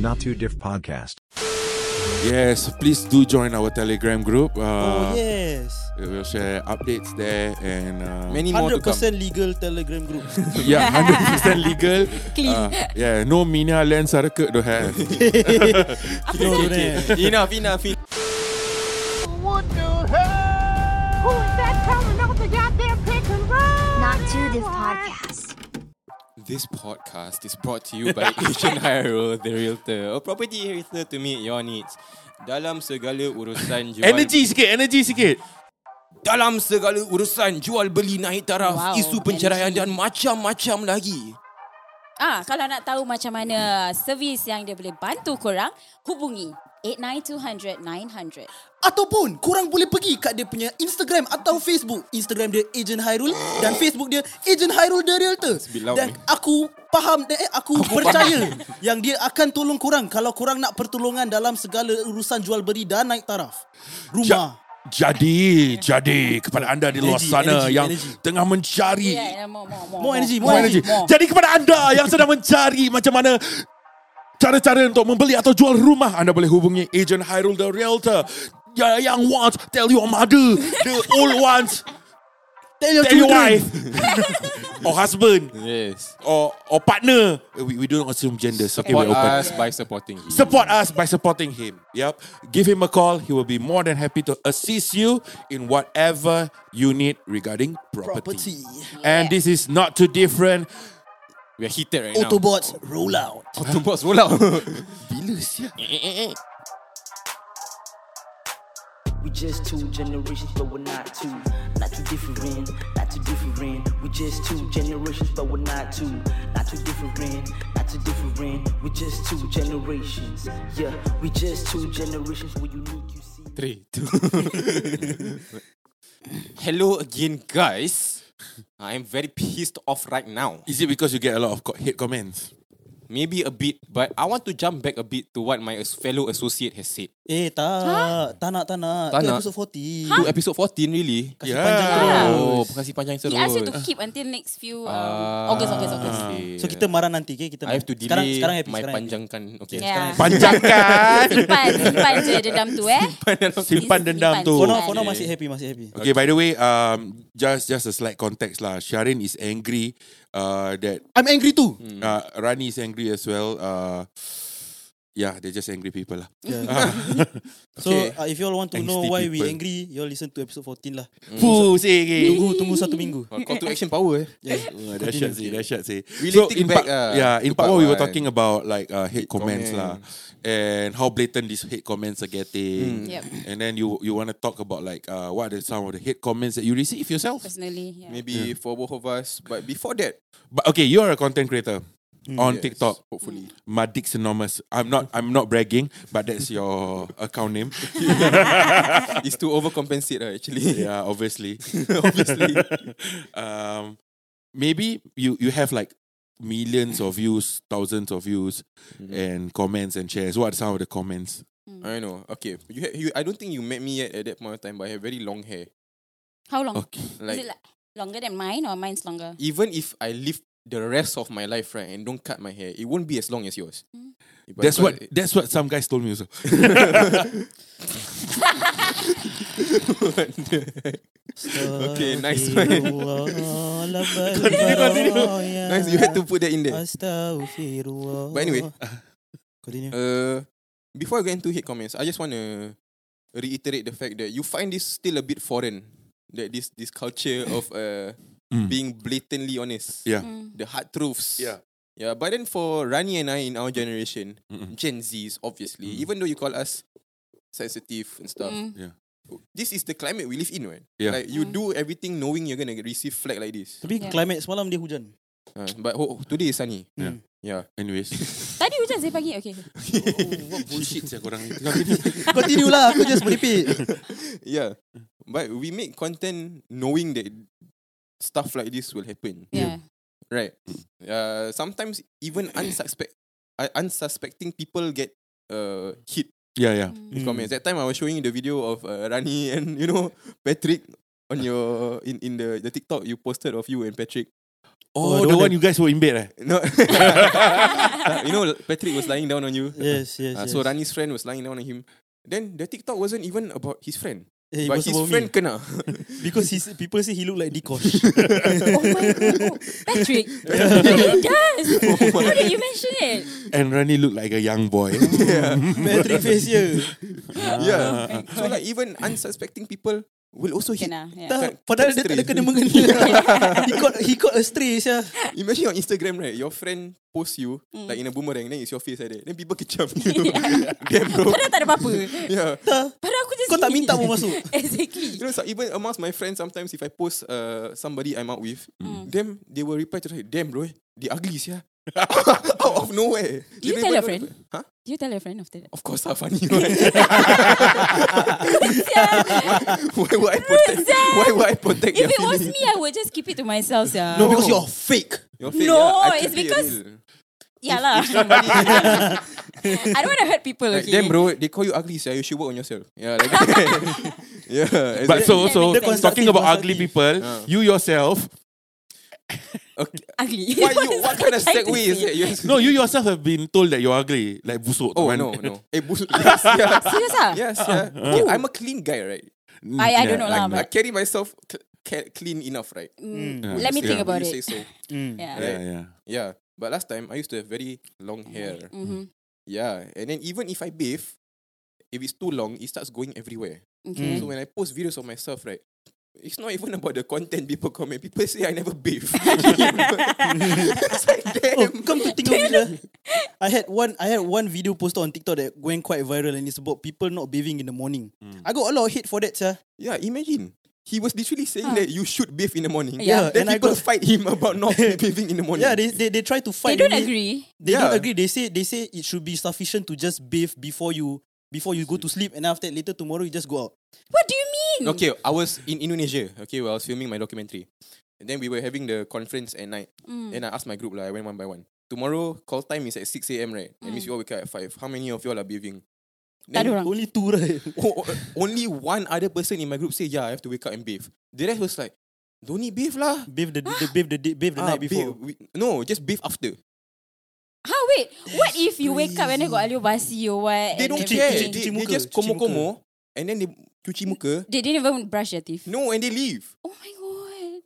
Not Too Diff podcast. Yes, please do join our Telegram group. Oh, Ah. Uh, yes. We'll share updates there and uh, Many more to come. 100% legal Telegram group. Yeah, hundred percent legal. Clean. Uh, yeah, no mina lens ada ke don't have. no, don't have. enough, enough, enough. Who is that coming off the goddamn pick and roll? Not to this podcast. This podcast is brought to you by Asian Hyrule, the realtor. A property realtor to meet your needs. Dalam segala urusan jual... energy sikit, energy sikit. Dalam segala urusan jual beli naik taraf, wow, Wow, isu penceraian energy. dan macam-macam lagi. Ah, kalau nak tahu macam mana servis yang dia boleh bantu korang, hubungi 89200-900. Ataupun korang boleh pergi kat dia punya Instagram atau Facebook. Instagram dia Agent Hairul dan Facebook dia Agent Hairul The Realtor. Bismillah, Dan eh. aku faham eh aku percaya yang dia akan tolong korang kalau korang nak pertolongan dalam segala urusan jual beli dan naik taraf. Rumah. Ja- jadi, jadi kepada anda di luar Energy, sana energy, yang energy. tengah mencari Yeah, Ya, more, more, more, More energy, more energy. Jadi kepada anda yang sedang mencari macam mana cara-cara untuk membeli atau jual rumah, anda boleh hubungi Agent Hyrule the Realtor. Ya, yang wants, tell your mother. The old ones, Tell your tell your children. wife. or husband. Yes. or or partner. Uh, We, we don't assume gender. So Support we're open. us by supporting him. Support us by supporting him. Yep. Give him a call. He will be more than happy to assist you in whatever you need regarding property. Property. And this is not too different. We're heated right now. Autobots roll out. Autobots roll out. Bila siap? We just two generations, but we're not two. Not too different, not too different. We just two generations, but we're not two. Not too different, not too different. We just two generations. Yeah, we just two generations. We're unique, you see. Three, two. Hello again, guys. I'm very pissed off right now. Is it because you get a lot of co- hate comments? Maybe a bit, but I want to jump back a bit to what my as- fellow associate has said. Eh tak, tak nak tak nak. Tak Itu nak. episode 40. To episode 14, really? Kasih panjang terus. Oh, kasih panjang He terus. asked you to keep until next few um, Ah. August, August, August. Okay. So kita marah nanti okay? kita. I have to delay sekarang sekarang happy my sekarang. happy. panjangkan. Okay. Yeah. Panjangkan. Simpan, simpan je dendam tu eh. Simpan dendam Simpan. tu. For now, for now Okay. masih happy, masih happy. Okay, by the way, um, just just a slight context lah. Sharin is angry uh, that I'm angry too. uh, Rani is angry as well. Uh, yeah, they're just angry people lah. So Okay. uh, if you all want to Angsty know why we people. angry, you all listen to episode 14 lah. Fuh, say Tunggu tunggu satu minggu. Wah, Call to action power eh. Wah, dahsyat sih, dahsyat sih. in Relating back, part, ah, yeah, to in uh, part part what we were one. talking about like uh, hate, Hate comments, Hmm. lah, and how blatant these hate comments are getting. Mm. Yep. And then you you want to talk about like uh, what are some of the hate comments that you receive yourself? Personally, yeah. Maybe for both of us. But before that, But okay, you are a content creator on Mm, yes, TikTok. hopefully. My dick's enormous. I'm not. I'm not bragging, but that's your account name. it's to overcompensate lah, actually. yeah, obviously. Obviously. um, maybe you you have like millions of views, thousands of views, Mm-hmm. and comments and shares. What are some of the comments? I know. Okay, you, ha- you. I don't think you met me yet at that point of time, but I have very long hair. How long? Okay. Is Like, it like longer than mine or mine's longer? even if I live the rest of my life right and don't cut my hair, it won't be as long as yours. Mm. But- That's what but- that's what some guys told me also. okay, nice one. continue, nice, you had to put that in there. Astaghfirullah. But anyway. continue. Uh, before I get into hate comments, I just want to reiterate the fact that you find this still a bit foreign. That this this culture of uh, Mm. being blatantly honest. Yeah. Hmm. The hard truths. Yeah. Yeah, but then for Rani and I in our generation, Gen Zs, obviously, even though you call us sensitive and stuff, Mm. Hmm. Yeah. this is the climate we live in, right? Yeah. Like you do everything knowing you're gonna receive flag like this. Tapi climate semalam dia hujan. Uh, but ho- today is sunny. Yeah. Yeah. Anyways, Tadi hujan saya pagi. Okay. what bullshit sih korang ni? Continue. Continue lah, aku just meripik. Yeah. But we make content knowing that stuff like this will happen. Yeah. Right. Uh, sometimes even unsuspect, uh, unsuspecting people get uh, hit Yeah, yeah. with Mm. comments. That time I was showing you the video of uh, Rani and you know Patrick on your in in the the TikTok you posted of you and Patrick. Oh, the, one you guys were in bed eh? No. you know, Patrick was lying down on you. Yes, yes. Uh, yes. so Rani's friend was lying down on him. Then the TikTok wasn't even about his friend. Eh, it but was his about me. friend kena. because he's, people say he look like Dikosh. Oh my god. Patrick. he does. How did you mention it? And Rani looked like a young boy. Patrick ya. face here. Ah. yeah. So like even unsuspecting people will also hit. Kena. Yeah. Tak, Kat- padahal dia kat tak ada stray. kena mengena. he got he got a stray sia. Imagine on Instagram right, your friend posts you like in a boomerang, then it's your face like that. Then people kecam you. Damn bro. Padahal tak ada apa-apa. Yeah. Padahal aku just Kau tak gini. minta pun masuk. You Exactly. know, so even amongst my friends, sometimes if I post uh, somebody I'm out with, Mm. Mm. them they will reply to like, "Damn, bro, they ugly, yeah." out of nowhere. Do They you reply tell your friend? to- Huh? Do you tell your friend after that? Of course, ah, funny. why would I protect? Why would I protect If your it was feelings? me, I would just keep it to myself. Yeah. No, because you're fake. Your fake, No, yeah, I can it's be a because- real. yeah lah. I don't want to hurt people. Like, Okay. damn, bro, they call you ugly, yeah. You should work on yourself. Yeah, like, yeah. exactly. but so That so makes sense. talking about Constructive, ugly people, you yourself, okay. Ugly. Why you, is what that kind of trying to segue is say? that? Yes. no, you yourself have been told that you're ugly, like busuk. Oh teman. no no. Eh, bull- yes, yeah. Serious ah? Yes, yeah. Okay, I'm a clean guy, right? I, Mm, I don't know lah. I but carry myself c- ca- clean enough, right? Yeah, Mm, let me yeah. think Would about you say it. so? Yeah. Yeah, yeah. Yeah. But last time I used to have very long hair. Mhm. Yeah, and then even if I bathe, if it's too long, it starts going everywhere. Hmm, Okay. So when I post videos of myself, right, it's not even about the content people comment. People say I never bathe. it's like Oh, damn. come to think of it, ah, I had one I had one video posted on TikTok that went quite viral and it's about people not bathing in the morning. Hmm. I got a lot of hate for that, sir. Yeah, imagine. He was literally saying that you should bathe in the morning. Yeah, Then and I people got- fight him about not bathing in the morning. Yeah, they, they, they try to fight. They don't with it. agree. They Yeah. don't agree. They say they say it should be sufficient to just bathe before you before you go to sleep and after that later tomorrow you just go out. What do you mean? Okay, I was in Indonesia. Okay, well, I was filming my documentary. And then we were having the conference at night. And I asked my group, like, I went one by one. Tomorrow, call time is at 6 a.m., right? That means you all wake up at 5. How many of you all are bathing? Tak ada orang. Only two right. O- o- only one other person in my group said, Yeah, I have to wake up and bathe. The rest was like, Don't need bathe lah. Bathe the, the bathe the day- bathe the Ah, night before. bathe- we- no, just bathe after. How wait? What if you wake up and then got alu basi or what? They and don't everything? care. cuci- They, cuci they muka, just cuci muka. komo-komo and then they cuci muka. They didn't even brush their teeth. No, and they leave. Oh my god.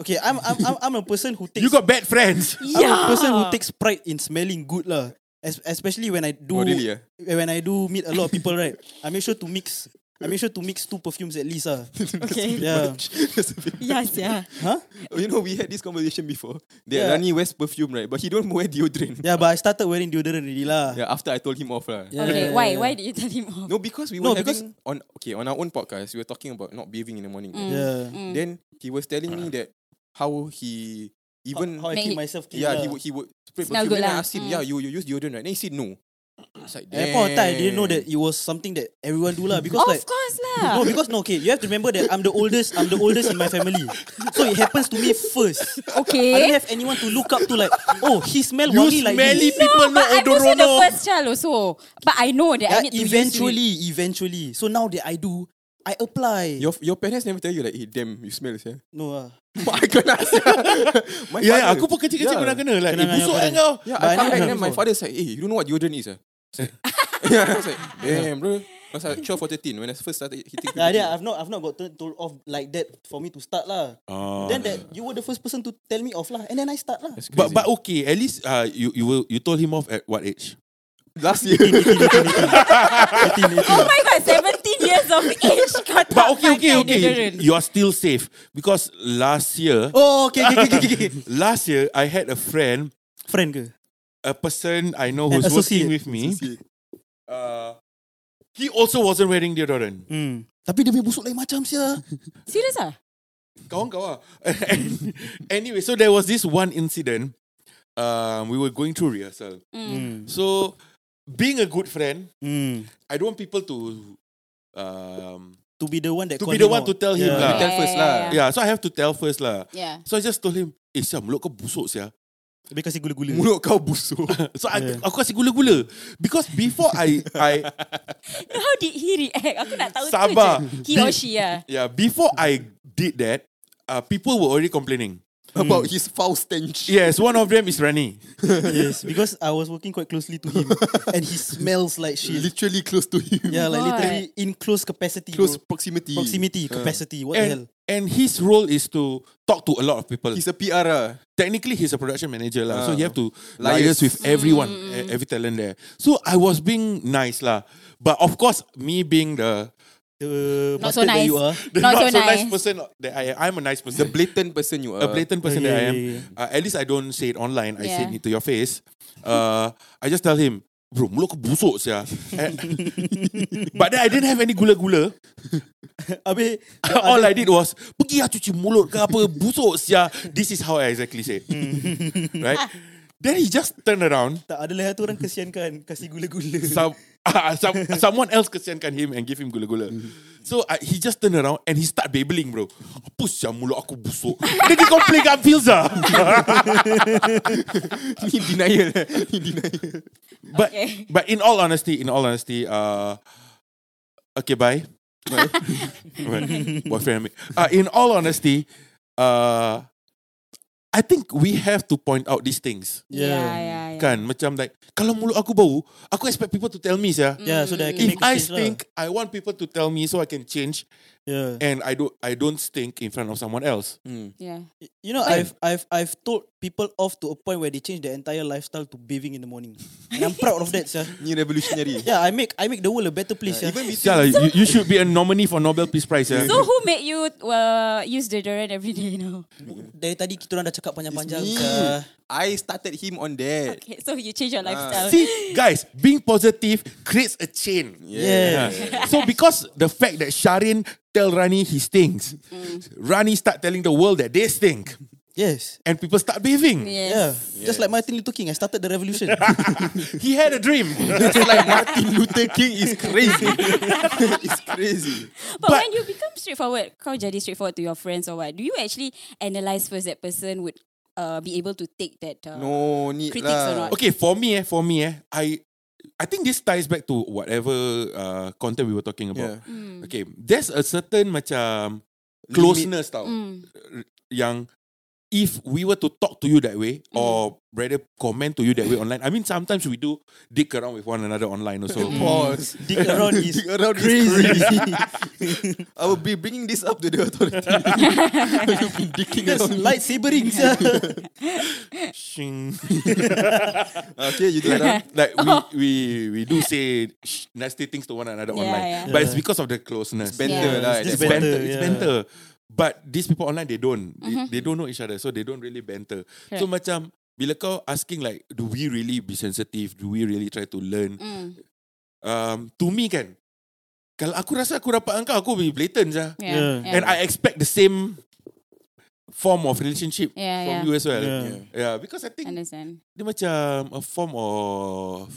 Okay, I'm I'm I'm, I'm a person who takes You got bad friends. I'm Yeah. a person who takes pride in smelling good lah. Es- especially when I do Oh, really, ah? when I do meet a lot of people right. I make sure to mix I make sure to mix two perfumes at least ah. Okay. Yeah. Yes, yeah. Huh? you know, we had this conversation before. That Yeah. Rani wears perfume, right? But he don't wear deodorant. Yeah, but I started wearing deodorant already lah. Yeah, after I told him off lah. Yeah. Okay, why? Why did you tell him off? No, because we No, were because- having on okay on our own podcast, we were talking about not bathing in the morning. right? Yeah. Mm. Then he was telling me that how he even How I Make keep it- myself clean. yeah lah. he would he would spray Smell perfume. good Then I lah. asked him, yeah, you you use deodorant, right? Then he said no. It's like, Mm. At that point of time, I didn't know damn. that it was something that everyone do lah because Of like course no lah. because no okay you have to remember that I'm the oldest I'm the oldest in my family so it happens to me first. I don't Okay. have anyone to look up to like oh he smell You wangi like smelly this. people But no I'm also the odorono. first child also. But I know that I Yeah, need to use eventually, eventually. So now that I do, I apply. Your, your parents never tell you like, hey, damn, you smell yeah. no, ah. I kena sia. My Ya, ya, father- aku pun kecil-kecil Yeah. pernah kena. Like, Kena eh, busuk dengan eh kau. Yeah, But I I come never back done then my before. father's like, hey, you don't know what deodorant is? ah?" I was like, yeah, I was like, damn, bro. I was like 12 or 13 when I first started hitting Yeah, puberty. yeah, I've not, I've not got told off like that for me to start lah. Then that you were the first person to tell me off lah, and then I start lah. It's But crazy. but okay, at least uh, you you will, you told him off at what age? last year, Oh my god, 17 years of age kau tak But okay, okay, pakai okay. deodorant. You are still safe because last year, Oh, okay, okay, okay, okay, okay. last year I had a friend, Friend ke? a person I know An who's working associate. with me. Uh, he also wasn't wearing deodorant. Hmm. Tapi dia punya busuk lain macam sia. Serious ah? Kawan kau ah. anyway, so there was this one incident. Um, we were going through rehearsal. So, being a good friend, Hmm. I don't want people to um, To be the one that To call be the him one out. to tell him yeah. you lah. tell first lah. Yeah. Yeah, so I have to tell first lah. Yeah. So I just told him, eh siam, mulut kau busuk sia. Because he gula-gula. Mulut kau busuk. So I, aku kasi gula-gula. Because before I, I How did he react? Aku nak tahu Sabar. tu je. He or she ah. yeah, before I did that, uh, people were already complaining. about his foul stench. Yes, one of them is Rani. yes, because I was working quite closely to him, and he smells like shit. Literally close to him. Yeah, like God. literally in close capacity. Close bro. proximity. Uh, proximity, capacity. What the hell? And, and his role is to talk to a lot of people. He's a PR. ah. technically he's a production manager lah. so Ah. you have to liaise Liaise. with everyone, e- every talent there. So I was being nice lah, but of course me being the, The Not so bastard that nice. you are. the Not not, so so nice. nice. person that I am. I'm a nice The person, blatant person you a are. blatant person yeah, that I am. yeah, Uh, at least I don't say it online. I say Yeah. it to your face. Uh, I just tell him. Bro, mulut kau busuk sia. And- But then I didn't have any gula-gula. Abi, All I did was, pergi lah cuci mulut ke apa, busuk sia. This is how I exactly say. it. Mm. right? Then he just turned around tak ada lah tu orang kesian kan kasih gula-gula. some, ah, some someone else kesiankan him and give him gula-gula. So I, he just turn around and he start babbling, bro. Apa sia mulut aku busuk? Dia pergi complain kat Filza. in denial. in denial. But Okay. but in all honesty, in all honesty, uh, okay, bye. Bye. Right. Boyfriend. ambil. Uh, in all honesty, uh, I think we have to point out these things. Yeah, yeah, yeah. Kan? Macam like, kalau mulut aku bau, aku expect people to tell me, sia. Mm. Yeah, so that I If can make a I change lah. stink, I want people to tell me so I can change Yeah. and I don't I don't stink in front of someone else. Yeah. You know, I've I've I've told people off to a point where they change their entire lifestyle to bathing in the morning. And I'm proud of that, sir. Ni revolutionary. Yeah, I make I make the world a better place. Yeah. Even Yeah, like, you, you should be a nominee for Nobel Peace Prize. Yeah. So who made you uh, use deodorant every day now? Dari tadi kita orang dah cakap panjang-panjang. me. sir. I started him on that. Okay, so you change your Ah, lifestyle. See, guys, being positive creates a chain. Yeah. So because the fact that Sharin tell Rani he stinks, Rani start telling the world that they stink, Yes. and people start bathing. Yes. Yeah. Just like Martin Luther King, I started the revolution. He had a dream. It's like Martin Luther King is crazy. it's crazy. But, But- when you become straightforward, kau jadi straightforward to your friends or what? Do you actually analyze first that person would uh, be able to take that? Uh, No need Critics or lah. not? okay, for me, eh, for me, eh, I. I think this ties back to whatever uh, content we were talking about. Yeah. Okay, there's a certain macam Limit. closeness tau. Mm. yang if we were to talk to you that way Mm. or rather comment to you that way online, I mean sometimes we do dick around with one another online also. Mm. Oh, Pause. Dick around is Dick around is crazy. I will be bringing this up to the authority. You've been dicking That's around. lightsabering, sir. Shing. Okay, you do that. like we, we we do say sh- nasty things to one another Oh. Yeah, online, yeah. but it's because of the closeness. Banter Yeah. lah. It's just at that point. banter. Banter, It's yeah. banter. But these people online, they don't. They, Mm-hmm. they don't know each other, so they don't really banter. So macam bila kau asking like, do we really be sensitive? Do we really try to learn? Mm. Um, to me kan, kalau aku rasa aku dapat engkau, aku be blatant sah. Yeah. Yeah. yeah. And I expect the same form of relationship Yeah, from yeah. you as well. Yeah. Yeah. because I think Ya, understand. dia macam a form of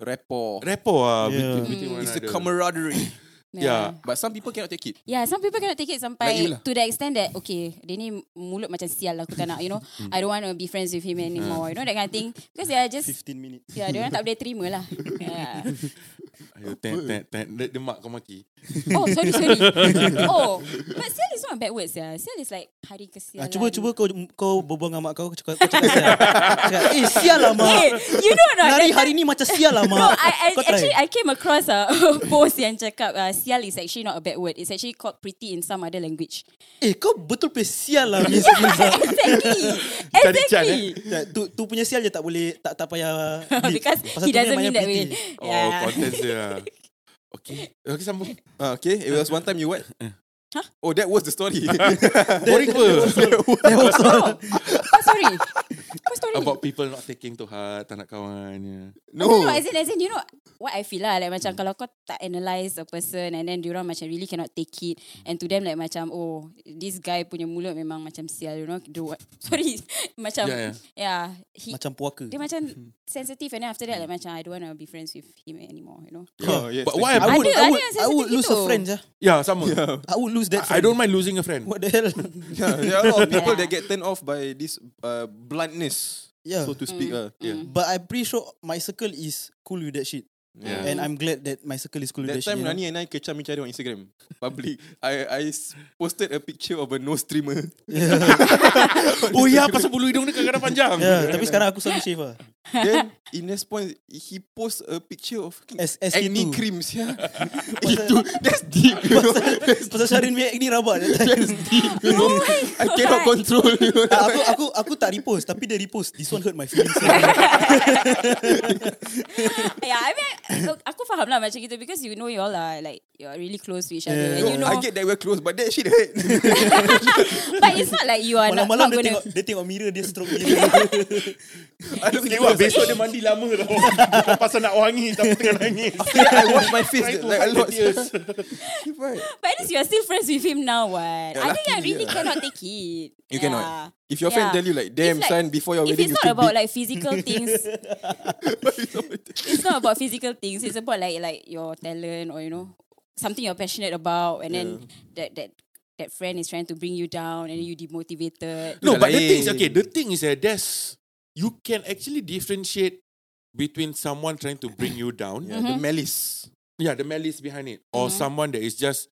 Rapport. rapport ah Yeah. between, Mm. between one It's the another. camaraderie. Ya. Yeah. But some people cannot take it. Yeah, some people cannot take Like it you sampai lah. to the extent that okay, dia ni mulut macam sial lah aku tak nak, you know. Hmm. I don't want to be friends with him anymore. You know that kind of thing because they are just 15 minutes. yeah, dia orang tak boleh terima lah. Yeah. Ayo, Ya, ten, ten, ten. Dia- Dia mak kau maki. Oh, sorry, sorry. Oh, but sial is not a bad word, yeah. Sial is like hari kesialan. Ah, cuba cuba kau kau berbual dengan mak kau kau cakap kau cakap sial. Cakap, eh sial lah Eh, mak. you know not Nari hari ni macam sial lah No, mak. I, I Kau try. actually I came across a post yang cakap uh, sial is actually not a bad word. It's actually called pretty in some other language. Eh kau betul pe sial lah Miss Lisa. exactly. Cari Chan, exactly. Ya, tu, tu punya sial je tak boleh tak tak payah delete. eh? Because Pasal tu he punya doesn't mean banyak that way. pretty. Oh, Yeah. content dia. lah. Okay. Okay, sambung. Ah, okay, it was one time you what? Oh, that was the story. Boring apa? Oh, oh, sorry. Oh, sorry. About people not taking to heart, tak nak kawan. ya. Yeah. No. no, no, as in, as in, you know, what I feel lah, like macam kalau kau tak analyse a person and then diorang macam really cannot take it and to them like macam, oh, this guy punya mulut memang macam sial, you know, do what, sorry, macam, Yeah, yeah, yeah. he, Macam puaka. dia macam sensitive and then after that like macam I don't want to be friends with him anymore, you know. Oh, yes, But thank why you. I would, Ada- I would, I ada yang would sensitive lose a gitu. friend je. Yeah, sama. I would lose that I friend. don't mind losing a friend. What the hell? Yeah, there are a lot of people that get turned off by this uh, bluntness, Yeah. Mm. so to speak. ah. Yeah. But I'm pretty sure my circle is cool with that shit. Yeah. And I'm glad that my circle is That cultivation. time you know? Rani and I kecam each other on Instagram public. I I s- posted a picture of a nose trimmer. Oh ya pasal bulu hidung dia kadang-kadang panjang. Yeah, tapi sekarang aku selalu shave lah. Then in response he post a picture of fucking S- SK2. acne creams yeah. Itu that's deep. You know? Pasal Syarin punya acne rabak. That's deep. You know? I cannot control. You know? Ah, aku aku aku tak repost tapi dia repost. This one hurt my feelings. yeah, I mean, look, aku faham lah macam gitu because you know you all are like you're really close to each other and you know. I get that we're close but that shit hurt. but it's not like you are not, Malam-malam not dia gonna. tengok dia tengok mirror dia stroke gila. I look Dewa at it, I was lah, besok dia mandi lama tau. Pasal nak wangi tapi tengah nangis. like, I wash my face Try to like a hide the lot. tears. Right. But at least you are still friends with him now. What? I think lucky, I really yeah. cannot take it. You yeah. cannot. If your friend tell you like, damn If son, before your if wedding it's you not should about be- like physical things, it's not about physical things. It's about like like your talent or you know something you're passionate about, and then that that that friend is trying to bring you down, and you demotivated. No, Dah but the lain. thing is, okay, the thing is, uh, there's, you can actually differentiate between someone trying to bring you down, yeah, the malice. yeah, the malice behind it, or someone that is just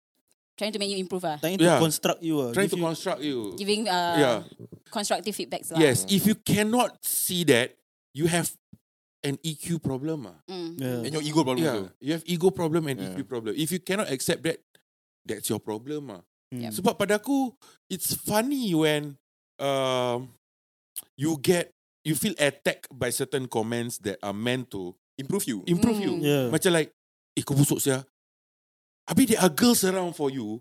Trying to make you improve, ah, Trying to Yeah. construct you. ah. trying to Give you- construct you. giving uh, Yeah. constructive feedbacks, lah. Yes, if you cannot see that, you have an EQ problem. ah. Mm. Yeah. And your ego problem. Yeah, also. you have ego problem and Yeah. EQ problem. If you cannot accept that, that's your problem. Ah. Hmm. Sebab pada aku, it's funny when um, you get, you feel attacked by certain comments that are meant to Improve you. improve Mm. you. Yeah. Macam like, eh kau busuk sia. Habis there are girls around for you.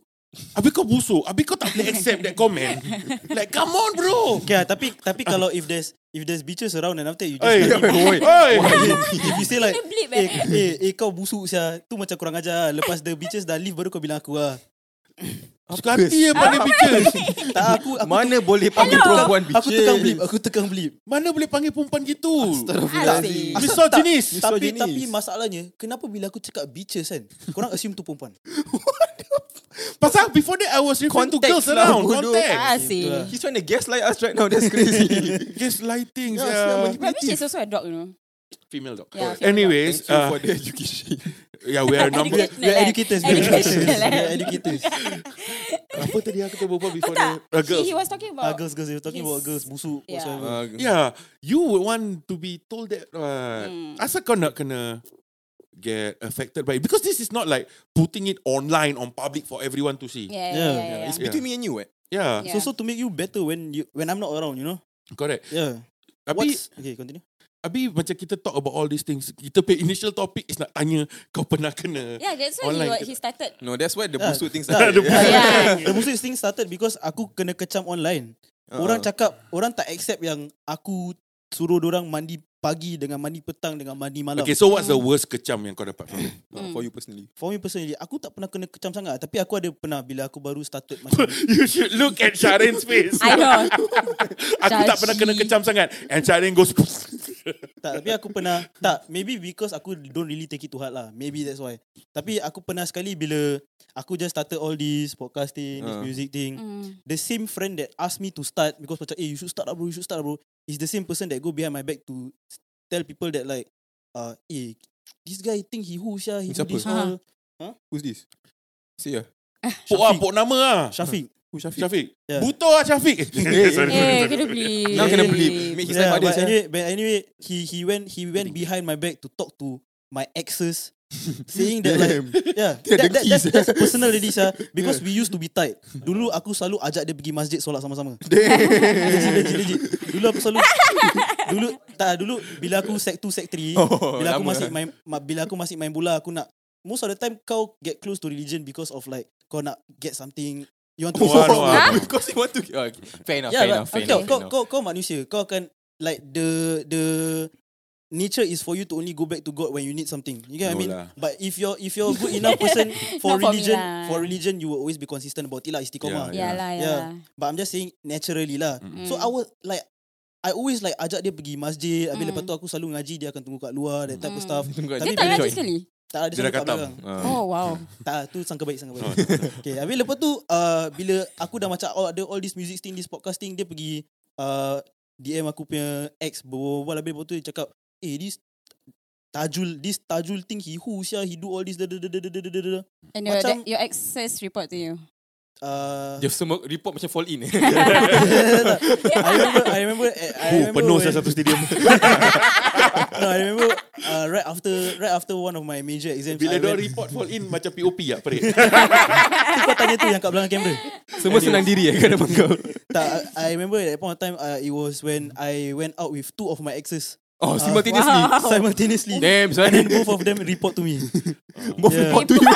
Habis kau busuk. Habis kau tak boleh accept that comment. like, come on bro. Okay, ah, tapi tapi kalau if there's if there's bitches around and after you just Hey, hey, if you say like Kena blip, eh, eh. eh, eh kau busuk sia tu macam kurang ajar ah. lepas the bitches dah leave baru kau bilang aku ah Suka hati ya panggil bitches. tak aku aku Mana boleh panggil perempuan bitches? aku tekan blip aku tekan blip Mana boleh panggil perempuan gitu? Asyik. Asal Misogynis. tak- tapi Misogynis. tapi masalahnya kenapa bila aku cakap bitches kan korang assume tu perempuan Pasal before that I was referring to Context girls lah, around. bodoh. Context. Ah, see. Itulah. He's trying to gaslight us right now. That's crazy. Just lighting. Yeah, sia, Yeah, But she's also a dog, you know. female dog. Yeah, female Anyways, Thank you uh, for the education. yeah, we are number. Educational, we are eh. educators we are educators Educational, eh. we are educators Apa tadi aku terbual before Tak, the uh, he, he girls? was talking ah about girls girls you're talking about girls busuk Yeah. whatsoever Ah. Uh, Yeah, you would want to be told that. Right? Asal kau nak kena get affected by it because this is not like putting it online on public for everyone to see. Yeah, yeah, Yeah. yeah. yeah, yeah. It's between me and you, eh? Yeah, Yeah. so so to make you better when you when I'm not around you know correct. yeah Tapi what's okay continue Abi macam kita talk about all these things. Kita pay initial topic is nak tanya kau pernah kena. Yeah, that's why Online he, wa- kita- he started. No, that's why the Yeah. busuk things Yeah, are the there. busuk- Yeah. The Muslim thing started because aku kena kecam online. Ah. Uh-uh. Orang cakap, orang tak accept yang aku suruh orang mandi pagi dengan mandi petang dengan mandi malam. Okay, so what's the worst kecam yang kau dapat from it? Uh, For you personally. For me personally, aku tak pernah kena kecam sangat. Tapi aku ada pernah bila aku baru started macam You should look at Sharin's face. I know. Aku tak pernah kena kecam sangat. And Sharin goes... tak. Tapi aku pernah, tak. Maybe because aku don't really take it to heart lah. Maybe that's why. Tapi aku pernah sekali bila aku just started all this podcasting, this Ah. Uh. music thing. Mm. The same friend that asked me to start because macam, eh, you should start lah bro, you should start lah bro. Is the same person that go behind my back to s- tell people that like, uh, eh, this guy think he who sia, he do Siapa? Ah. this Ha. all. Who's this? See ya. Pok ah, pok nama ah. Syafiq. Who's Shafiq? Syafiq. Yeah. Buto ah Syafiq. Eh, Sorry, sorry, Eh, sorry. kena beli. Now Yeah. kena believe. Make his yeah, life harder. but sia. anyway, but anyway, he he went he went behind my back to talk to my exes, saying that like, yeah, Dia ada that, that, keys, that's, eh. that's personal already sia, because we used to be tight. Dulu aku selalu ajak dia pergi masjid solat sama-sama. legit, legit, legit. Dulu aku selalu dulu tak dulu bila aku sec 2 sec 3 Oh, bila aku lama masih lah. main ma- bila aku masih main bola aku nak most of the time kau get close to religion because of like kau nak get something you want to Oh, I know, I know. Because he want to... Oh, okay. Fair enough, yeah, Ya, fair enough, but, fair okay, enough. kau, fair enough. kau kau manusia kau akan like the the nature is for you to only go back to God when you need something you get what I No mean lah. but if you're if you're a good enough person for Not for me religion lah. for religion you will always be consistent about it lah istiqomah Yeah lah, yeah. Yeah. lah. But I'm just saying naturally lah. So I was like I always like ajak dia pergi masjid Mm. Habis lepas tu aku selalu ngaji Dia akan tunggu kat luar That type of stuff Tunggu kat Dia Tapi tak dia lagi join. sekali. Tak ada Dia dah selalu kat katam. belakang Ah. Oh, wow. Tak tu sangka baik Oh, Sangka baik Okay habis lepas tu uh, Bila aku dah macam oh, Ada all this music thing This podcasting Dia pergi uh, DM aku punya ex Berbual-bual Habis lepas tu dia cakap Eh this Tajul, this Tajul thing, he who sia, he do all this. Da, da, da, da, da, da, da, da. And your, Macam- that, your exes report to you. Uh, Dia semua report macam fall in eh. I remember, I remember, eh, I Oh, remember penuh when- saya satu stadium. no, I remember uh, right after right after one of my major exams. Bila I dia went- report fall in macam POP lah perit. Tu kau tanya tu yang kat belakang kamera. Semua senang diri eh kat depan kau. tak, I I remember at that point of time uh, it was when I went out with two of my exes Ah, Oh, simultaneously. simultaneously. Damn, son. And then both of them report to me. Both Yeah. report to you.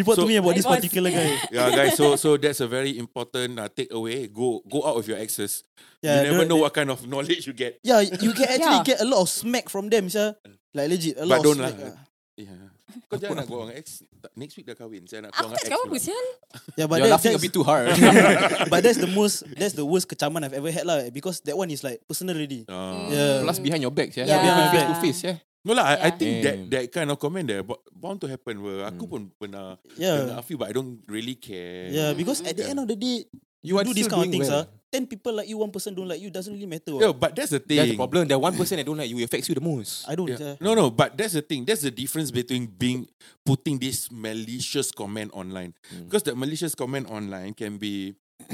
report So- to me about this I was- particular guy. yeah, guys. So, so that's a very important uh, takeaway. Go, go out with your exes. Yeah, you never don't- know what kind of knowledge you get. Yeah, you can actually Yeah. get a lot of smack from them, sir. Like legit, a But lot don't of smack. lah. ah. Yeah. Kau jangan nak buang ex. Tak, Next week dah kahwin. Saya nak Aku buang tak ex. cakap apa pula. sial. Yeah, but You're that, laughing a that's, bit too hard. but that's the most that's the worst kecaman I've ever had lah because that one is like personal already. Ah. Yeah. Plus behind your back, yeah. Yeah. Behind my face Yeah. to face, yeah. No lah, I, I Yeah. think that Damn. that kind of comment there bo- bound to happen. Where aku pun pernah Yeah. pernah feel, but I don't really care. Yeah, because at the end of the day, You are do this still kind of doing things, well. ah. Ten people like you, one person don't like you, doesn't really matter. Yeah, but what. that's the thing. That's the problem. That one person I don't like you affects you the most. I don't. Yeah. Yeah. No, no, but that's the thing. That's the difference between being putting this malicious comment online. Because that malicious comment online can be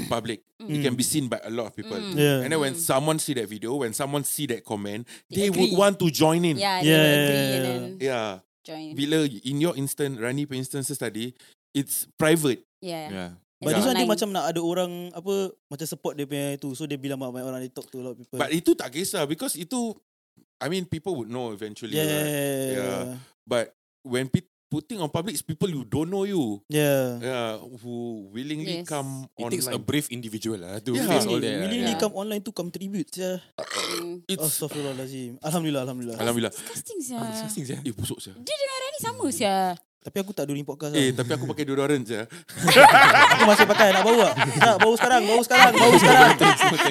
public. It Mm. can be seen by a lot of people. Yeah. And then when someone see that video, when someone see that comment, they, would agree. want to join in. Yeah, Yeah, yeah, yeah, agree yeah, and yeah. then Yeah. join. Bila in your instance, Rani punya instances tadi, it's private. Yeah. Yeah. But this one dia Online. macam nak ada orang apa macam support dia punya tu. So dia bilang banyak orang dia talk to a lot of people. But itu tak kisah because itu, I mean, people would know eventually. yeah, right? yeah, yeah. But when pe- putting on public, it's people you don't know you. yeah. Yeah, who willingly Yes. come It online. takes a brave individual lah Ha, to Yeah. face all that. Really, lah, really yeah. come online to contribute. Yeah. Mm. It's Astaghfirullahalazim. Alhamdulillah, alhamdulillah. Alhamdulillah. Disgusting sia. Disgusting sia. Eh busuk saya. Dia dengan Rani sama sia. Tapi aku tak during podcast. Eh Eh. tapi aku pakai deodorant saya. Aku masih pakai nak bau tak? Tak, bau sekarang, bau sekarang, bau sekarang.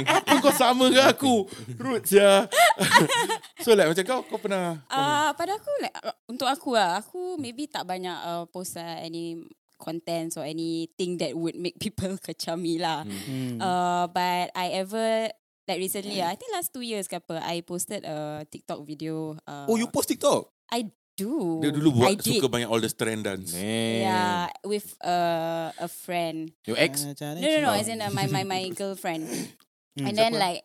Apa kau sama ke aku? Rude saya. so like macam kau kau pernah Ah, pada aku like, uh, untuk aku lah, aku maybe tak banyak uh, post uh, any contents or anything that would make people kacau me lah. Hmm. Hmm. Uh, but I ever like recently, ah, I think last two years ke apa, I posted a TikTok video. Uh, Oh, you post TikTok? I do. dia dulu buat I did. suka banyak all the strand dance. Man. Yeah, with uh, a friend. Your ex? Ah, No, no, no. As in uh, my my my girlfriend. Mm, Hmm, and then like,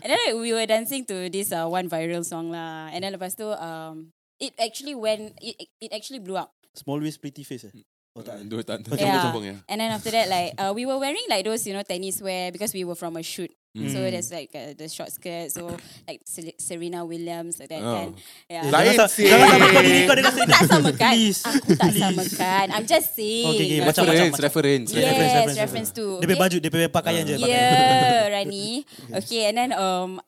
and then like, we were dancing to this uh, one viral song lah. And then lepas tu, um, it actually went, it it actually blew up. Small waist pretty face eh. Oh tak. Dua tak. Yeah. Compong-compong ya. And then after that, like uh, we were wearing like those, you know, tennis wear because we were from a shoot. Hmm. So Mm. there's like uh, the short skirt. So like Sel- Serena Williams like that. Oh. Then, yeah. Lain Eh, Jangan sa- sih. Jangan sama kau diri kau dengan Aku tak saya. samakan. Please. Aku tak samakan. I'm just saying. Okay, Eh, okay, uh, macam- Reference, macam- reference. Yes, reference. reference, too. Dia punya baju, dia punya pakaian je. Yeah, Ya, Rani. Okay, and then um,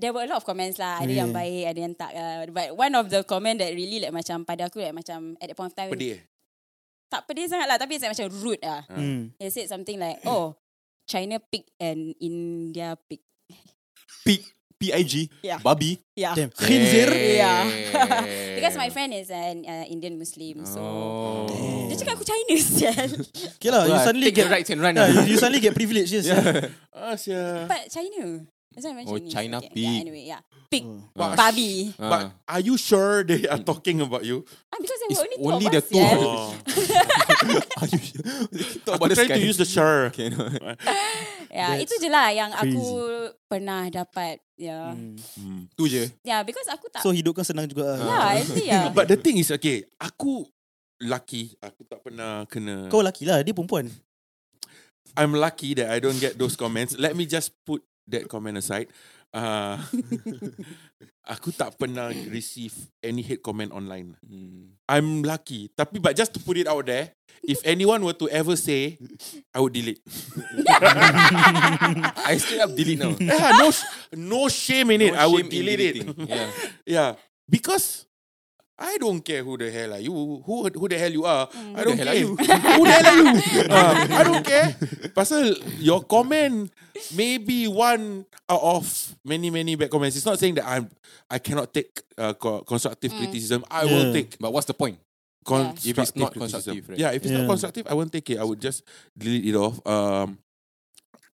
there were a lot of comments lah. Ada Yeah. yang baik, ada yang tak. lah. But one of the comment that really like macam pada aku like macam at that point of time Pedih. eh? tak pedih sangat lah. Tapi it's like macam rude lah. Hmm. They said something like, oh, China pig and India pig. Pig. P-I-G. Yeah. Babi. Ah, Yeah. Damn. Khinzir. Yeah. Because my friend is an uh, Indian Muslim, so Oh. dia cakap aku China sial. Okay lah, you Right, suddenly take get the rights and run Yeah, lah. you- you suddenly get privilege, yes. Ah sia. But China. That's Oh, why I mentioned Chinese. China Oh, okay. pig. Yeah, anyway, yeah. Pig. Ah. Babi. But are you sure they are talking about you? Ah, because there It's were only two only of the us, two yeah. of us. Oh. Are you sure? Talk Aku about the trying to sky. use the sure. Okay, no. yeah, itu je lah yang aku pernah dapat. Yeah. Hmm. Tu je. Yeah, because aku tak. Hmm. So hidup kan senang juga lah. yeah, actually ya. yeah. But the thing is okay, aku lucky aku tak pernah kena Kau lelaki lah, dia perempuan. I'm lucky that I don't get those comments. Let me just put that comment aside. Uh, aku tak pernah receive any hate comment online. Hmm. I'm lucky. Tapi but just to put it out there, if anyone were to ever say, I would delete. I straight up delete now. Yeah, Ah, no, sh- no shame in it. I would delete it. Yeah. yeah, because I don't care who the hell are you, who who the hell you are. Mm. I don't Who the care. hell are you? who the hell are you? Uh, I don't care. Pasal your comment may be one out of many many bad comments. It's not saying that I'm I cannot take uh, co- constructive criticism. I will Yeah. take But what's the point? constructive If it's not criticism. constructive, right? Yeah, if it's not Yeah. constructive, I won't take it. I would just delete it off. Um,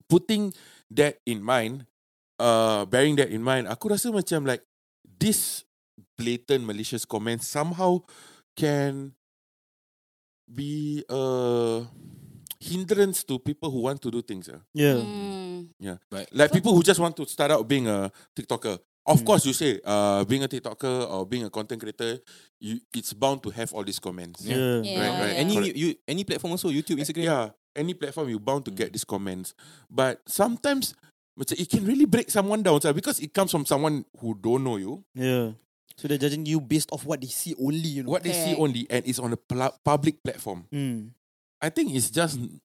putting that in mind, uh, bearing that in mind, aku rasa macam like this blatant malicious comment somehow can be a hindrance to people who want to do things. ah. Yeah. Mm. Yeah. Right. Like people who just want to start out being a TikToker. Of course, you say uh, being a TikToker or being a content creator, you, it's bound to have all these comments. Yeah. Yeah. Yeah. Right, right. yeah. Any Correct. you, you- any platform also YouTube Instagram. Yeah, any platform you're bound to get these comments. But sometimes macam it can really break someone down sir, because it comes from someone who don't know you, Yeah. Ya. So they're judging you based off what they see only, you know. what they see Correct. only, and it's on a pla- public platform. Mm. I think it's just n-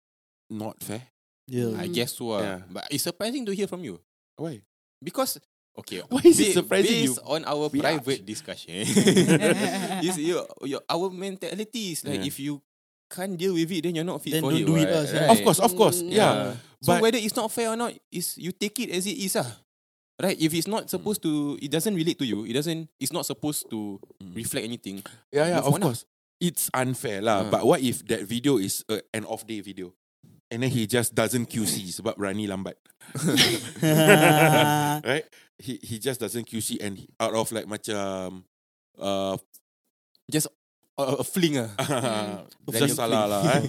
not fair. Yeah. I guess so. ah. Hmm. Yeah. But it's surprising to hear from you Why? because okay. Why is it ba- surprising you? Based on our Biatch. private discussion, is your, your our mentality is like Yeah. if you can't deal with it, then you're not fit Then for don't it. do it lah, what, sia. right? Of course, of course. Mm. Yeah. So But- whether it's not fair or not, is you take it as it is, ah. Right? If it's Hmm. not supposed to, it doesn't relate to you. It doesn't. It's not supposed to Hmm. reflect anything. Yeah, yeah, of Move on lah. course. It's unfair lah. Ah. But what if that video is uh, an off day video? And then he just doesn't QC sebab Rani lambat. right? He he just doesn't QC and he- out of like macam uh, Just a, a fling, ah. Hmm. just salah lah. Eh.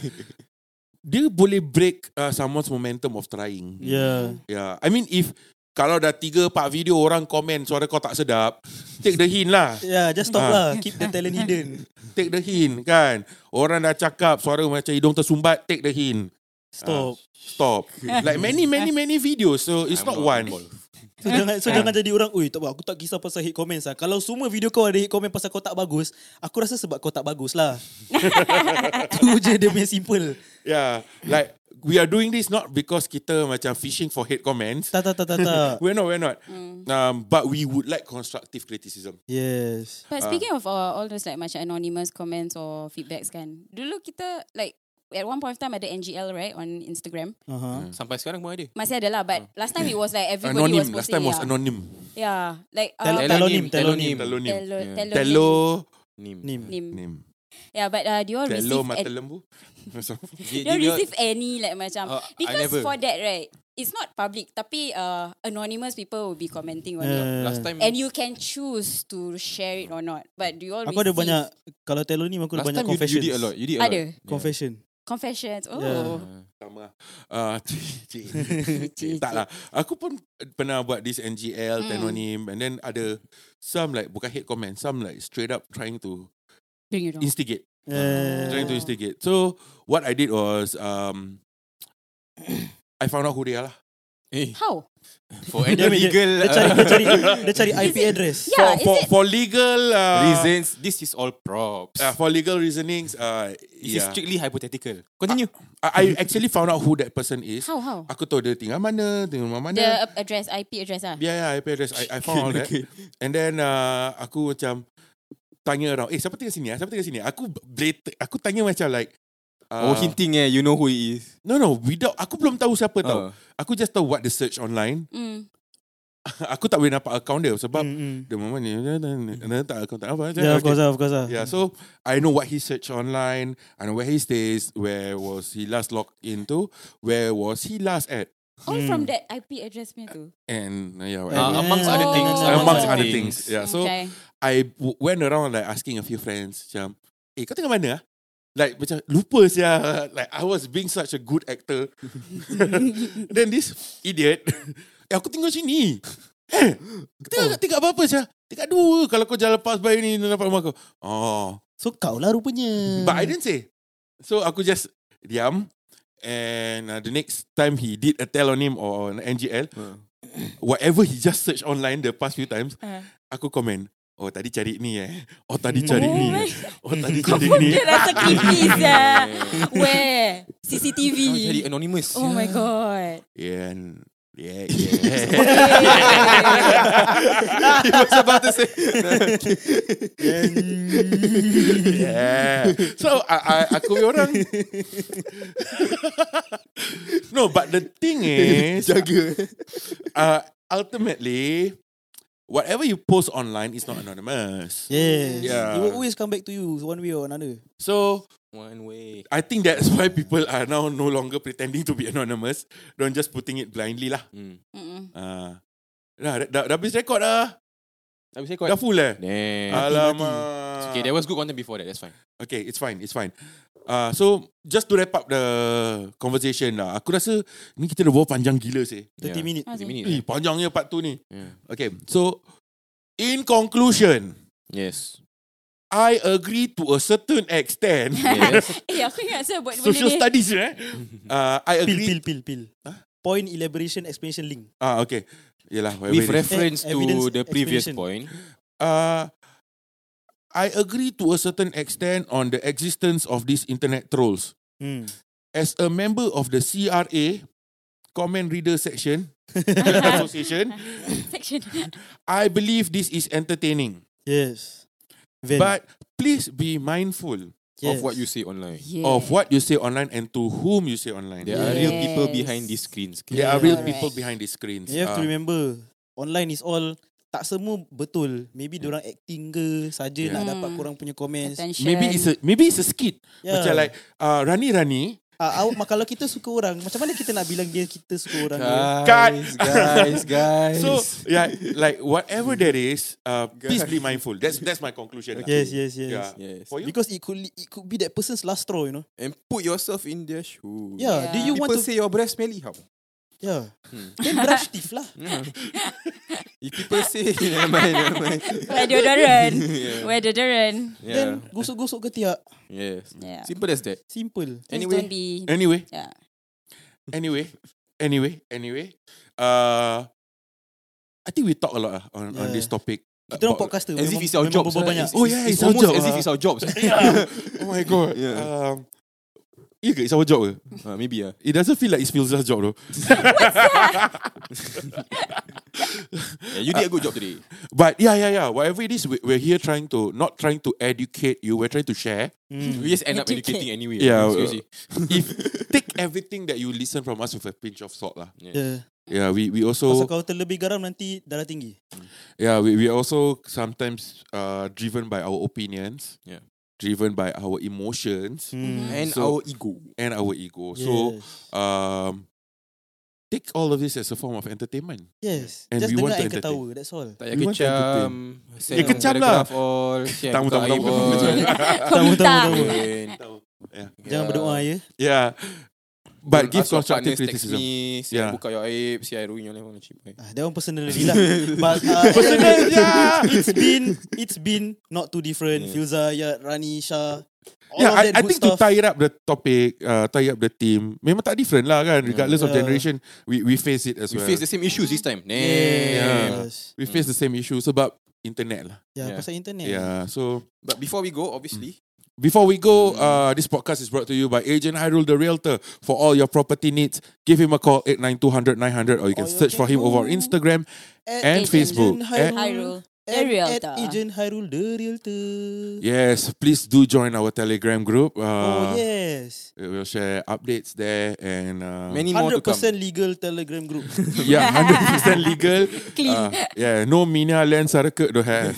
Dia boleh break uh, someone's momentum of trying. yeah. Yeah. I mean if kalau dah tiga part video orang komen suara kau tak sedap, take the hint lah. Yeah, just Ah. stop lah. Keep the talent hidden. Take the hint kan. Orang dah cakap suara macam hidung tersumbat, take the hint. Stop. Ah. Stop. like many many many videos so it's I'm not one. involved. So jangan Ah. so jangan jadi orang, "Oi, tak apa, aku tak kisah pasal hate comments lah. Kalau semua video kau ada hate comment pasal kau tak bagus, aku rasa sebab kau tak bagus lah." tu je dia punya simple. Yeah. Like we are doing this not because kita macam fishing for hate comments. Tak tak tak tak tak. We're not, we're not. Hmm. Um, but we would like constructive criticism. Yes. But speaking of uh, all those like macam anonymous comments or feedbacks kan, dulu kita like at one point of time ada NGL right on Instagram. Uh-huh. Hmm. Sampai sekarang pun ada. Masih ada lah but last time it was like everybody Anonym. was Last posting. time was yeah. anonym. Yeah. Like uh, Tell- Telonym, telonym. Telonym. telo, Yeah. telo, Telo. Nim. Nim. nim. Nim. Yeah, but uh, do you all Telo receive Kan mata ad- lembu. Dia- do you all dia- receive any like macam Uh, I because never. for that right, it's not public tapi uh, anonymous people will be commenting on it. Uh, Hmm. Last time And you can choose to share it or not. But do you all aku ada receive banyak kalau telonym aku ada last banyak time you, you confessions. did a lot. You did a lot. Ada. Confession. confessions? Oh. Yeah. Sama. Ah, cik, cik. tak lah. Aku pun pernah buat this NGL, Tenonym. And then ada some like, bukan hate comment. Some like straight up trying to Bring it on. instigate. Yeah. Trying to instigate. So, what I did was, um, I found out who they are lah. Eh, How? for Dia, any dia, dia, legal dia cari uh, dia cari dia cari IP address. for, Yeah, is it? for legal uh, reasons, this is all props. uh, for legal reasonings, uh, this yeah. is strictly hypothetical. Continue. I, I actually found out who that person is. How how? Aku tahu dia tinggal mana, tinggal rumah mana. The uh, address IP address ah. Yeah, yeah, IP address. I, I found all that. And then uh, aku macam tanya around, eh siapa tinggal sini? ah? Siapa tinggal sini? Aku blatant, aku tanya macam like Uh, oh, hinting eh, you know who he is. No, no, without aku belum tahu siapa tau. Ah. Aku just tahu what the search online. Mm. aku tak boleh nampak account dia sebab Mm, mm. the moment ni dan- dan- dan- tak account tak apa. Yeah, of course, Okay. lah, of course. lah. Yeah, Ya, so I know what he searched online, I know where he stays, where was he last logged into, where was he last at, All Hmm. from that IP address punya tu. and uh, yeah, Uh, and- amongst other things. Oh. amongst other things. Yeah, so okay. I w- went around like asking a few friends macam, eh kau tengah mana ah? Like macam lupa sia. Like I was being such a good actor. Then this idiot, eh aku tinggal sini. Eh, tinggal, tinggal apa-apa sia? Tinggal dua kalau kau jalan pas by ni dapat rumah aku. Oh. So kau lah rupanya. But I didn't say. So aku just diam. And uh, the next time he did a tell on him or an NGL, whatever he just searched online the past few times, Uh. aku komen, oh tadi cari ni eh. Oh tadi cari Oh ni. my Oh tadi cari ni. Dia rasa kipis ya. Where? CCTV. Kau cari anonymous. Oh my god. Yeah, and- yeah, yeah. He was about to say. yeah. So I, I, aku punya orang. no, but the thing is, Jaga. uh, ultimately, whatever you post online is not anonymous. Yes. Yeah. It will always come back to you one way or another. So One way. I think that's why people are now no longer pretending to be anonymous. Don't just putting it blindly lah. Mm. Mm-mm. Uh, dah, dah, dah habis rekod dah. Habis saya Dah quite... full eh? Damn. Alamak. Okay, there was good content before that. That's fine. Okay, it's fine, it's fine. Uh, so just to wrap up the conversation lah. Aku rasa ni kita dah bawa panjang gila sih. 30 Yeah. minit. Masih. 30 minit. Eh, panjangnya part tu ni. Yeah. Okay, so in conclusion, Yes. I agree to a certain extent. Yes. Eh, aku ingat saya buat benda Social ni. studies eh. Uh, I Pil, agree. pil, pil, pil. Point, elaboration, explanation, link. Ah, okay. Yelah, whatever With it is. reference Eh, to evidence the previous explanation. point. uh, I agree to a certain extent on the existence of these internet trolls. Hmm. As a member of the CRA, Comment Reader Section Association, Section. I believe this is entertaining. Yes. Very. But please be mindful yes. Of what you say online. Yeah. of what you say online and to whom you say online. There There, are real people Yes. behind these screens. okay? are real Correct. people behind the screens. You have to Ah, remember, online is all tak semua betul. Maybe orang acting ke saja Yeah. nak Hmm. dapat korang punya comments. Attention. maybe it's a maybe it's a skit. Yeah. Macam like uh, Rani Rani Ah, awak- kalau kita suka orang, macam mana kita nak bilang dia kita suka orang? ya? dia? Ah, Guys, guys, guys. So yeah, like whatever there is, uh, please be mindful. That's that's my conclusion. lah. Yes, yes, yes. Yeah. Yes. For you, Because it could li- it could be that person's last straw, you know. And put yourself in their shoes. Yeah, Yeah. do you People want to say your breath smelly how? Yeah. Hmm. Then brush teeth lah. Yeah. If people say never mind, never mind. Wear deodorant. Yeah. Wear deodorant. Yeah. Then gosok-gosok ke tiak. yes. Yeah. Simple as that. Simple. Just Anyway. don't be. anyway, Eh? Yeah. anyway, anyway, anyway. Uh, I think we talk a lot ah, on, on Yeah. this topic. Kita orang About- podcaster. As if memang- it's our memang jobs. berbual lah. banyak. It's- Oh, it's- yeah, it's it's our almost job, As if ah. it's our jobs. oh my god. Yeah. Um, yeah, ke? It's our job. ke? Ah, maybe ah. It doesn't feel like it's Filza's job though. Yeah, you did a good job today. But yeah, yeah, yeah. Whatever it is, we, we're here trying to not trying to educate you. We're trying to share. Hmm. We just end up Educate. educating anyway. Yeah, ah. uh, Seriously. if take everything that you listen from us with a pinch of salt lah. Yeah. Yeah, we we Ya. Pasal also kau terlebih garam nanti darah tinggi. yeah we we are also sometimes uh driven by our opinions. Yeah. Hmm. driven by our emotions Hmm. Mm-hmm. And So- our ego. and our ego. So um, take all of this as a form of entertainment. yes. and Just we want dengar to and entertain. ketawa. That's all. Tak payah We want to kecam. Ya, Eh, kecam lah. All, share Tamu, buka tamu, air tamu. ball. Kau minta. tahu. And- Yeah. Jangan berdoa ya. Yeah, but give Ask your constructive partners, text criticism. Me, say, Yeah. Buka your aib. See, I ruin your life on the cheap. eh. Ah, that one personal already lah. But uh, Personal, yeah. it's been it's been not too different. Filza, yeah, Rani, Shah. All yeah, of I, that I good think stuff. to tie it up the topic, uh, tie up the team, memang tak different lah kan. Regardless of Yeah. generation, we we face it as We well. face the same issues this time. Damn. Yes. we face the same issue sebab internet lah. Yeah, Yeah. pasal internet. Yeah, so But before we go, obviously, Mm. Before we go, Mm. uh, this podcast is brought to you by Agent Hyrule the Realtor. For all your property needs, give him a call 89200-900 or you can Or you search can for him over on go Instagram and Agent Facebook. Hyrule. Eh, Hyrule. At, The at Realtor. Agent Hairul The Realtor. yes, please do join our Telegram group. Uh, Oh yes. We'll share updates there and uh, many more to 100% come. legal Telegram group. yeah, 100% legal. Clean. Uh, yeah, no mina land circuit to have.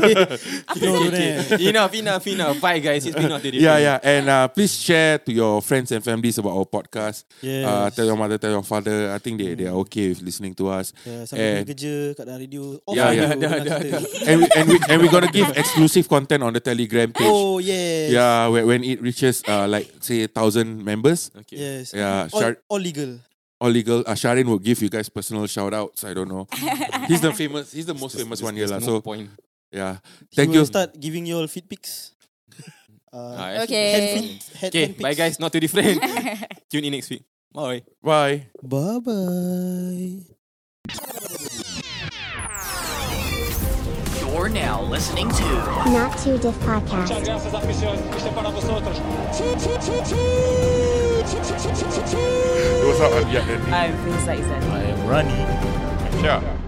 no, don't have. enough, enough, enough. Bye, guys. It's been a day. yeah, yeah. And uh, please share to your friends and families about our podcast. Yes. Mm. Uh, tell your mother, tell your father. I think they, they are okay with listening to us. Yeah, And- sambil kerja kat dalam radio. Off Yeah, radio, yeah, dengar yeah, kita. and we, and we and we're gonna give exclusive content on the Telegram page. Oh yes. Yeah, when, when it reaches uh like say thousand members, Okay. Yes. Oh, Yeah, all, Shar- all legal. all legal. Uh, Sharin will give you guys personal shout outs. I don't know. He's the famous. He's the most famous one here lah. There's So no point. yeah, He thank you. will start giving you all feed pics. Uh, Ah, actually, Okay. that's it. head Okay, and pics. bye, guys. Not too different. Tune in next week. Bye. Bye. Bye bye. You're now listening to Not Too Diff Podcast. What's up? Yeah, I'm Filza Izani. yeah.